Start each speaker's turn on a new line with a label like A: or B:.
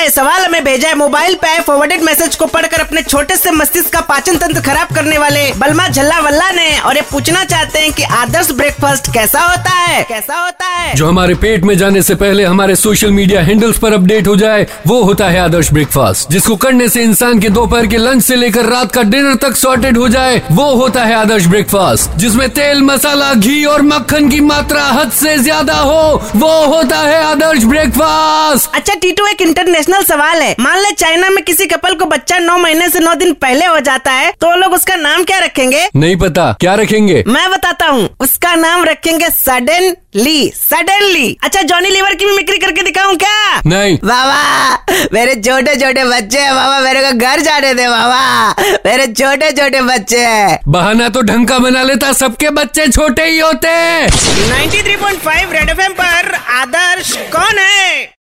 A: ये सवाल हमें भेजा है मोबाइल पे आए फॉरवर्डेड मैसेज को पढ़कर अपने छोटे से मस्तिष्क का पाचन तंत्र खराब करने वाले बलमा झल्ला वल्ला ने और ये पूछना चाहते हैं कि आदर्श ब्रेकफास्ट कैसा होता है कैसा होता है
B: जो हमारे पेट में जाने से पहले हमारे सोशल मीडिया हैंडल्स पर अपडेट हो जाए वो होता है आदर्श ब्रेकफास्ट जिसको करने से इंसान के दोपहर के लंच से लेकर रात का डिनर तक सॉर्टेड हो जाए वो होता है आदर्श ब्रेकफास्ट जिसमें तेल मसाला घी और मक्खन की मात्रा हद से ज्यादा हो वो होता है आदर्श ब्रेकफास्ट
A: अच्छा टीटू एक इंटरनेशनल सवाल है मान ले चाइना में किसी कपल को बच्चा नौ महीने से नौ दिन पहले हो जाता है तो वो लोग उसका नाम क्या रखेंगे
B: नहीं पता क्या रखेंगे
A: मैं बताता हूँ उसका नाम रखेंगे सडनली सडनली अच्छा जॉनी लीवर की भी मिक्री करके दिखाऊं क्या
B: नहीं
A: बाबा मेरे छोटे छोटे बच्चे हैं बाबा मेरे को घर जाने दे बाबा मेरे छोटे छोटे बच्चे हैं
B: बहाना तो ढंग का बना लेता सबके बच्चे छोटे ही होते हैं
C: 93.5 रेड एफएम पर आदर्श कौन है